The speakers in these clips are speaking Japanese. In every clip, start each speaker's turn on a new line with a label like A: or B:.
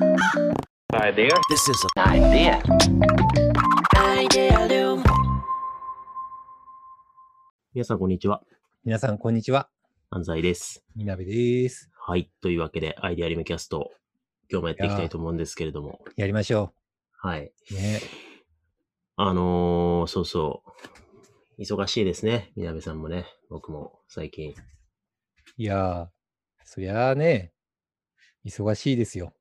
A: idea.
B: This is a
A: Idea.
B: 皆さんこんにちは。
C: 皆さん、こんにちは。
B: 安西です。
C: みなべです。
B: はい。というわけで、アイデアリムキャスト、今日もやっていきたいと思うんですけれども。
C: やりましょ
B: はい。
C: う。ね。
B: あのー、そうそう。忙しいですね。みなべさんもね。僕も最近。
C: いやー、そりゃあね、忙しいですよ。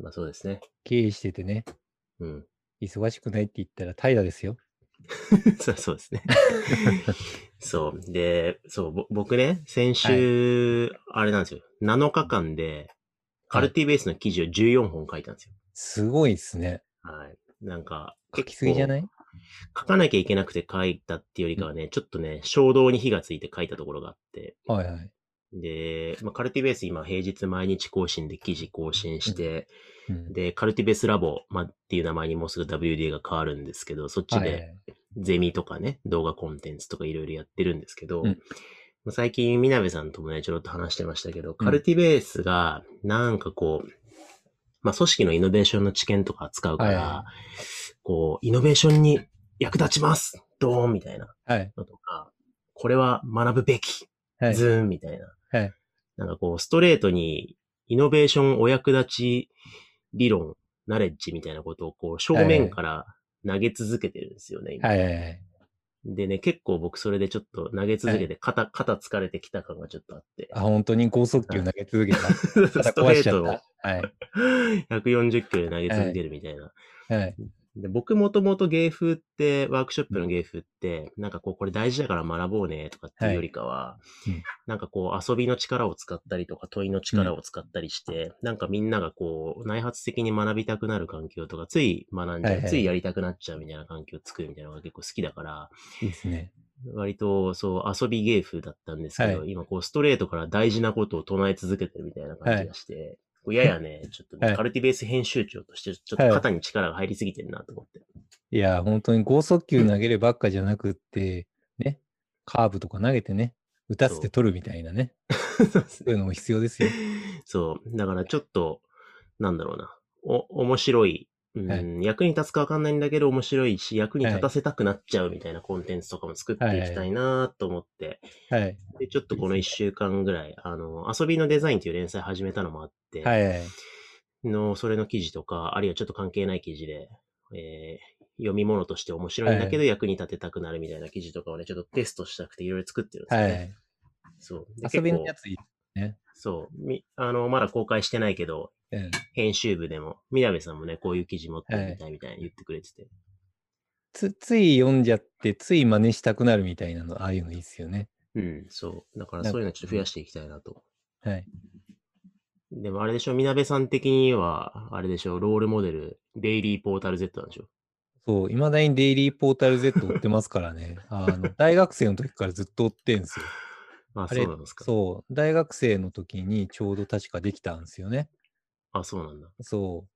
B: まあそうですね。
C: 経営しててね、
B: うん。
C: 忙しくないって言ったら平ですよ。
B: そうそうですね。 そう。で、そう、ぼ僕ね、先週、あれなんですよ。7日間で、カルティベースの記事を14本書いたんですよ。
C: すごいですね。
B: はい。なんか、
C: 書きすぎじゃないい
B: 書かなきゃいけなくて書いたっていうよりかはね、ちょっとね、衝動に火がついて書いたところがあって、
C: はいはい。
B: で、まあ、カルティベース今平日毎日更新で記事更新して、
C: うん
B: で、カルティベースラボ、まあ、っていう名前にもうすぐ WD が変わるんですけど、そっち
C: はいは
B: で
C: い
B: ゼミとかね、動画コンテンツとかいろいろやってるんですけど、
C: うん
B: まあ最近、みなべさんともね、ちょろっと話してましたけど、カルティベースが、なんかこう、まあ、組織のイノベーションの知見とか扱うから、
C: は
B: こう、イノベーションに役立ちますドーンみたいな。
C: はい。
B: のとか、これは学ぶべき、
C: はい。
B: ズーンみたいな。
C: はい
B: なんかこう、ストレートにイノベーションお役立ち理論、ナレッジみたいなことをこう、正面から投げ続けてるんですよね、今
C: はいはいはい。
B: でね、結構僕それでちょっと投げ続けて肩、肩疲れてきた感がちょっとあって。
C: あ、本当に高速球投げ続けた。
B: スト
C: 壊
B: レ
C: し
B: ー
C: ちゃ
B: トを
C: っ た。はい。
B: 140キロで投げ続けるみたいな。
C: はい。
B: で僕もともと芸風って、ワークショップの芸風って、なんかこう、これ大事だから学ぼうねとかっていうよりかは、
C: うん
B: なんかこう、遊びの力を使ったりとか、問いの力を使ったりして、なんかみんながこう、内発的に学びたくなる環境とか、つい学んじゃう、
C: はいはい
B: ついやりたくなっちゃうみたいな環境を作るみたいなのが結構好きだから、
C: いいですね。
B: 割とそう、遊び芸風だったんですけど、
C: は
B: 今こう、ストレートから大事なことを唱え続けてるみたいな感じがして、こうややね、ちょっとね、
C: はい
B: カルティベース編集長として、ちょっと肩に力が入りすぎてるなと思って。
C: いやー、本当に高速球投げるばっかじゃなくって、ね、カーブとか投げてね、打たせて取るみたいなね、
B: そうです
C: そういうのも必要ですよ。
B: そう。だからちょっと、なんだろうな。お、面白い。うん、
C: は
B: 役に立つかわかんないんだけど面白いし、役に立たせたくなっちゃうみたいなコンテンツとかも作っていきたいなと思って、
C: はい。
B: で、ちょっとこの一週間ぐらい、あの、遊びのデザインという連載始めたのもあって、
C: はいはい。
B: の、それの記事とか、あるいはちょっと関係ない記事で、えー読み物として面白いんだけど役に立てたくなるみたいな記事とかをね、ちょっとテストしたくていろいろ作ってるんです
C: は
B: よね。
C: い。
B: そう。で
C: 遊び
B: 結
C: の
B: 構
C: やついい、
B: そう。み、あの、まだ公開してないけど、
C: うん
B: 編集部でも、みなべさんもね、こういう記事持ってみたいみたいに言ってくれてて。
C: つ。つい読んじゃって、つい真似したくなるみたいなの、ああいうのいいですよね。
B: うん、そう。だから
C: なんか
B: そういうのちょっと増やしていきたいなと。
C: はい。
B: でもあれでしょ、みなべさん的には、あれでしょ、ロールモデル、デイリーポータル Z なんでしょ。
C: そう、いまだにデイリーポータル Z 追ってますからね。 あの大学生の時からずっと追ってんすよ。
B: あ、
C: あ
B: そう
C: れ
B: なんですか。
C: そう、大学生の時にちょうど確かできたんですよね。
B: あ、そうなんだ。
C: そう。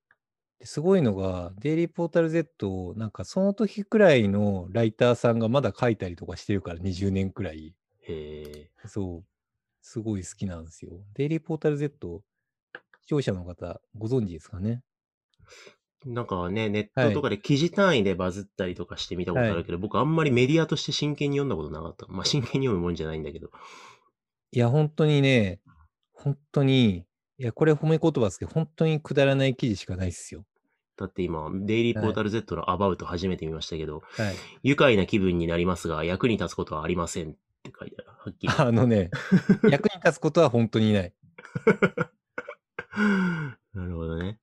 C: ですごいのが、デイリーポータル Z を、なんかその時くらいのライターさんがまだ書いたりとかしてるから、20年くらい。
B: へ
C: そう。すごい好きなんですよ。デイリーポータル Z、視聴者の方、ご存知ですかね
B: え。なんかね、ネットとかで記事単位でバズったりとかしてみたことあるけど、僕あんまりメディアとして真剣に読んだことなかった。まあ、真剣に読むもんじゃないんだけど。
C: いや、本当にね、本当に、いや、これ褒め言葉ですけど、本当にくだらない記事しかないっすよ。
B: だって今、デイリーポータル Z のアバウト初めて見ましたけど、
C: はい。
B: 愉快な気分になりますが、役に立つことはありませんって書いてある。はっきり。
C: あ のね、役に立つことは本当にない。
B: なるほどね。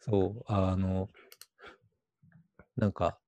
C: そう、あの、なんか、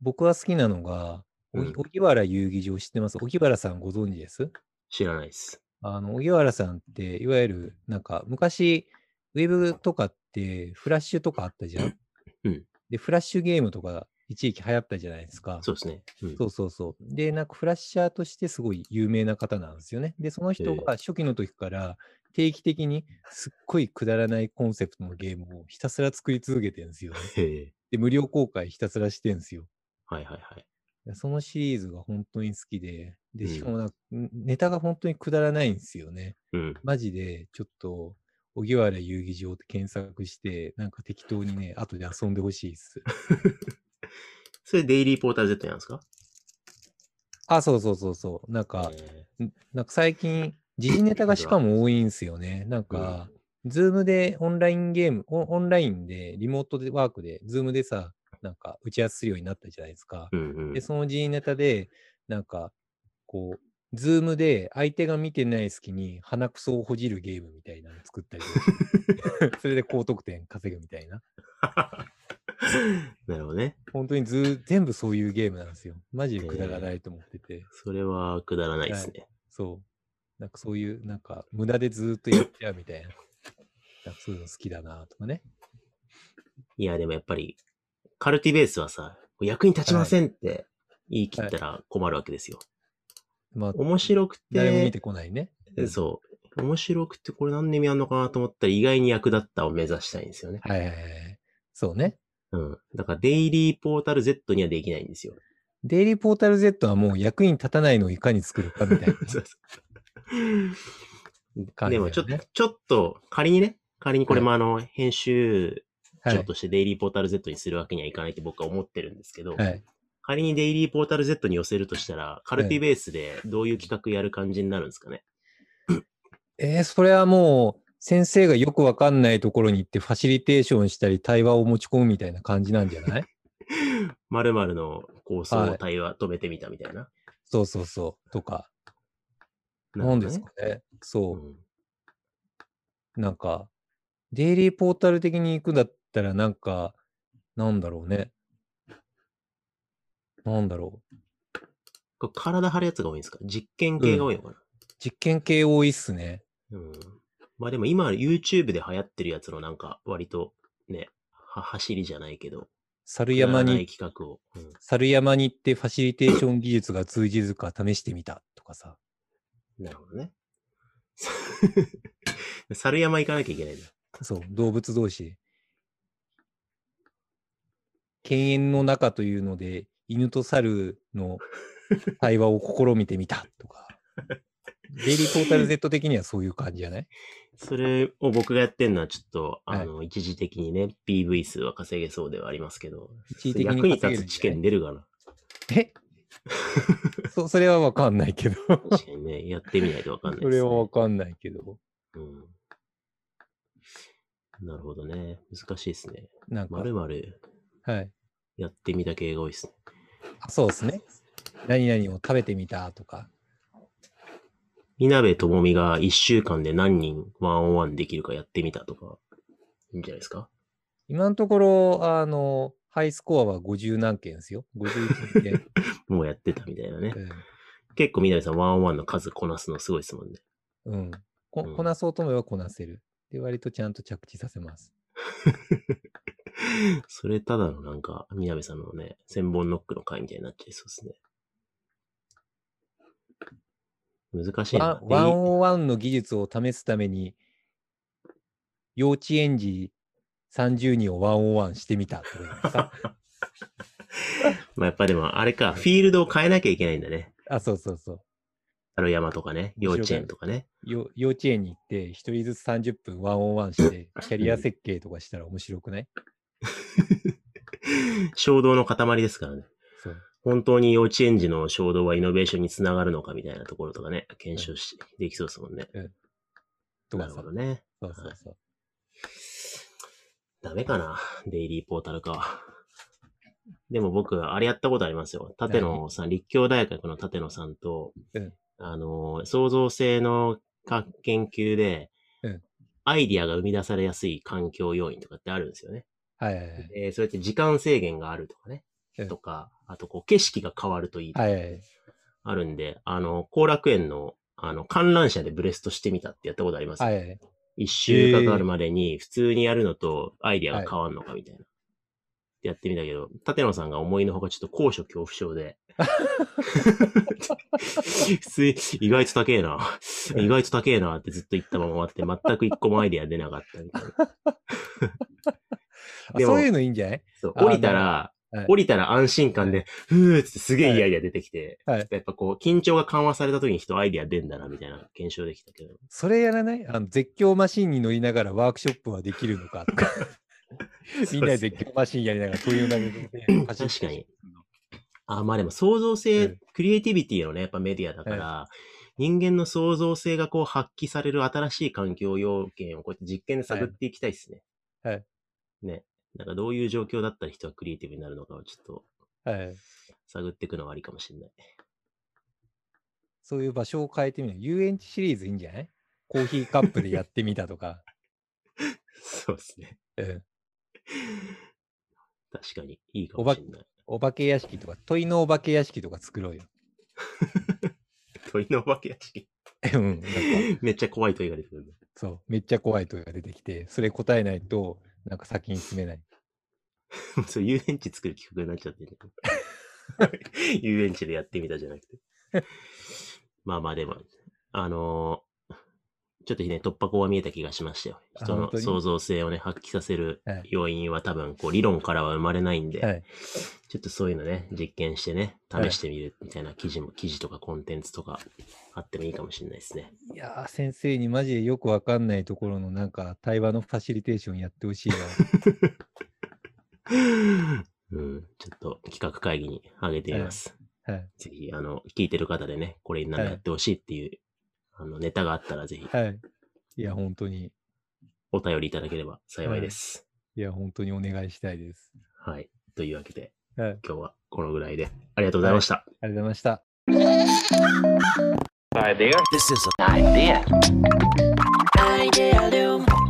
C: 僕は好きなのが、おぎ
B: うん
C: 荻原遊技場知ってます荻原さんご存知です
B: 知らないっす。
C: あの、荻原さんって、いわゆる、なんか、昔、ウェブとかって、フラッシュとかあったじゃん。
B: うん
C: で、フラッシュゲームとか、一時期流行ったじゃないですか。
B: そうですね。うん
C: そうそうそう。で、なんかフラッシャーとしてすごい有名な方なんですよね。で、その人
B: ええ
C: が初期の時から定期的にすっごいくだらないコンセプトのゲームをひたすら作り続けてるんですよね。
B: へえ。
C: で、無料公開ひたすらしてるんですよ。
B: はいはいはい。
C: そのシリーズが本当に好きで、で、
B: うん
C: しかもなんかんネタが本当にくだらないんですよね。
B: うん。
C: マジで、ちょっと、荻原遊戯場って検索して、なんか適当にね、後で遊んでほしいっす。
B: それデイリーポータル Z なんですか
C: あ、そうそうそうそう。なんか、
B: え
C: んなんか最近、時事ネタがしかも多いんすよね。なんか、ズームでオンラインゲーム、オンオンラインで、リモートでワークで、ズームでさ、なんか打ち合わせするようになったじゃないですか。
B: ーうんうん
C: で、。その時事ネタで、なんか、こう、ズームで相手が見てない隙に鼻くそをほじるゲームみたいなの作ったりとか それで高得点稼ぐみたいな。
B: なるほどね。
C: 本当にず全部そういうゲームなんですよ。マジでくだらないと思ってて。
B: それはくだらないですね。
C: そう。なんかそういう、なんか無駄でずーっとやっちゃうみたいな。なんかそういうの好きだなとかね。
B: いや、でもやっぱり、カルティベースはさ、役に立ちませんって言い切ったら困るわけですよ。
C: まあ、
B: 面白く
C: 誰も見
B: て
C: て、こないね。
B: そう。面白くてこれ何の意味あるのかなと思ったら意外に役立ったを目指したいんですよね。
C: はいはいはいはい。そうね。
B: うん。だからデイリーポータル Z にはできないんですよ。。
C: デイリーポータル Z はもう役に立たないのをいかに作るかみたいな
B: そうそう
C: 感じだよ
B: でも
C: ね
B: ちょっと、ちょっと仮にね、仮にこれもあの、編集
C: は
B: 長
C: い。
B: としてデイリーポータル Z にするわけにはいかないって僕は思ってるんですけど、
C: はい。
B: 仮にデイリーポータル Z に寄せるとしたら、カルティベースでどういう企画やる感じになるんですかね。
C: えー、それはもう、先生がよくわかんないところに行ってファシリテーションしたり対話を持ち込むみたいな感じなんじゃ ない
B: まるの構想
C: は
B: を
C: い
B: 対話止めてみたみたいな。
C: そうそうそう。とか。
B: るほど
C: なん
B: ね
C: ですかね。そうう。
B: ん
C: なんか、デイリーポータル的に行くんだったら、なんか、なんだろうね。なんだろう。
B: これ体張るやつが多いんですか実験系が多いのかな、
C: 実験系多いっすね。
B: うん、まあでも今 YouTube で流行ってるやつのなんか割とね、は走りじゃないけど、
C: 猿
B: くだ
C: 山
B: らない
C: に、
B: 企画を。うん
C: 猿山に行ってファシリテーション技術が通じずか試してみたとかさ。
B: なるほどね。 猿山行かなきゃいけないんだ。
C: そう、動物同士。犬猿の中というので、犬と猿の対話を試みてみたとか。デイリーポータル Z 的にはそういう感じじゃない
B: それを僕がやってるのはちょっと、
C: はい
B: あの、一時的にね、PV 数は稼げそうではありますけど、
C: 一時的
B: 役に
C: 稼
B: 立
C: げる
B: つ
C: んじ
B: 知
C: ゃない
B: 見出るかな。
C: え そそれはわかんないけど。
B: 確かにね、やってみないとわかんない
C: そ
B: です、ね。
C: れはわかんないけど。
B: うん。なるほどね。難しいですね。
C: なんか
B: ま、るまる
C: はい。
B: やってみた系が多いですね。
C: あそうですね。何々を食べてみたとか。
B: みなべともみが1週間で何人ワンオンワンできるかやってみたとか、いいんじゃないですか
C: 今のところ、あの、ハイスコアは50何件ですよ。51件。
B: もうやってたみたいなね。結構みなべさんワンオンワンの数こなすのすごいですもんね。
C: うん。うんこ
B: うん
C: こなそうと思えばこなせる。で、割とちゃんと着地させます。
B: それただのなんか、みなべさんのね、千本ノックの回みたいになっちゃいそうですね。難しい
C: ワ
B: な
C: ン。ワンオンワンの技術を試すために、幼稚園児30人をワンオンワンしてみたってことです か
B: まあやっぱでもあれか、フィールドを変えなきゃいけないんだね。
C: あ、そうそうそう。
B: 猿山とかね、幼稚園とかね。
C: よ幼稚園に行って、一人ずつ30分ワンオンワ ンして、キャリア設計とかしたら面白くない
B: 衝動の塊ですからね。
C: そう。
B: 本当に幼稚園児の衝動はイノベーションにつながるのかみたいなところとかね、検証し、できそうですもんね。
C: と
B: な
C: か
B: る
C: さ
B: ほど。ね。
C: そうそうそう。
B: ダメかな。デイリーポータルか。でも僕、あれやったことありますよ。立野さん、立教大学の立野さんと、
C: うん
B: あの、創造性のか研究で、
C: うん
B: アイディアが生み出されやすい環境要因とかってあるんですよね。
C: はいはいはい。
B: えそうやって時間制限があるとかね。
C: うん
B: とか、あとこう景色が変わるといいとか
C: はいはいはい。
B: あるんで、あの、後楽園の、あの、観覧車でブレストしてみたってやったことありますよ。
C: はいはいはい。
B: 一週かかるまでに普通にやるのとアイディアが変わんのかみたいな。やってみたけど、立野さんが思いのほかちょっと高所恐怖症 で。普通に意外と高えな。意外と高えなってずっと言ったまま終わって、全く一個もアイディア出なかったみたいな。
C: あ
B: でも
C: そういうのいいんじゃない
B: そう
C: あ
B: 降りたら、
C: はい
B: 降りたら安心感で、ふーっつってすげえいいアイデア出てきて、
C: はい
B: ちょっとやっぱこう、緊張が緩和された時に人アイデア出んだな、みたいな検証できたけど。
C: それやらないあの絶叫マシンに乗りながらワークショップはできる のかとか。 みんなで絶叫マシンやりながら、こういう投げで、 パチッ
B: 確かに。あ、まあでも創造性、
C: うん
B: クリエイティビティのね、やっぱメディアだから、人間の創造性がこう発揮される新しい環境要件をこうやって実験で探っていきたいですね。
C: はい。
B: ね。なんかどういう状況だったら人はクリエイティブになるのかをちょっと
C: はい。
B: 探っていくのはありかもしれない。
C: そういう場所を変えてみる。遊園地シリーズいいんじゃないコーヒーカップでやってみたとか。
B: そうですね。
C: うん
B: 確かに、いいかもしれない。
C: お化け屋敷とか、鳥のお化け屋敷とか作ろうよ。
B: 鳥のお化け屋敷。
C: うん。なんか
B: めっちゃ怖い鳥が出てくるんだ。
C: そう。めっちゃ怖い問いが出てきて、それ答えないと、なんか先に進めない。
B: もうそれ遊園地作る企画になっちゃってる、 ね、遊園地でやってみたじゃなくて。まあまあでも、あのーちょっとね、突破口が見えた気がしましたよ。
C: あ
B: 人
C: 本
B: の
C: 当に
B: 創造性をね、発揮させる
C: はい
B: 要因は多分、こう、理論からは生まれないんで、
C: はい。
B: ちょっとそういうのね、実験してね、
C: はい
B: 試してみるみたいな記事も、記事とかコンテンツとかあってもいいかもしれないですね。
C: いやー、先生にマジでよくわかんないところのなんか対話のファシリテーションやってほしいな。
B: うん、ちょっと企画会議に上げてみます。
C: はい。
B: ぜひ、あの、聞いてる方でね、これになんか
C: はい
B: やってほしいっていう、あの、ネタがあったらぜひ、
C: はい。いや、本当に、
B: お便りいただければ幸いです。
C: いや、本当にお願いしたいです。
B: はい。というわけで、
C: はい。あり
B: 今日はこのぐらいで、ありがとうございました。
C: がとうございました。
A: Idealume.